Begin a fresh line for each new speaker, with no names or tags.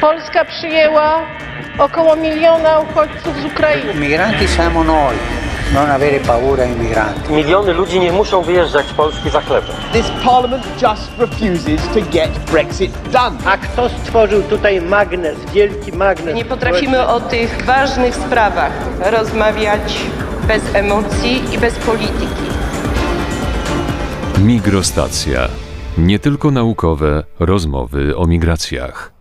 Polska przyjęła około miliona uchodźców z
I
Ukrainy.
migranti siamo noi, non avere paura ai migranti.
Miliony ludzi nie muszą wyjeżdżać z Polski za chlebem.
This parliament just refuses to get Brexit done.
A kto stworzył tutaj magnes, wielki magnes?
Nie potrafimy o tych ważnych sprawach rozmawiać bez emocji i bez polityki.
Migrostacja. Nie tylko naukowe rozmowy o migracjach.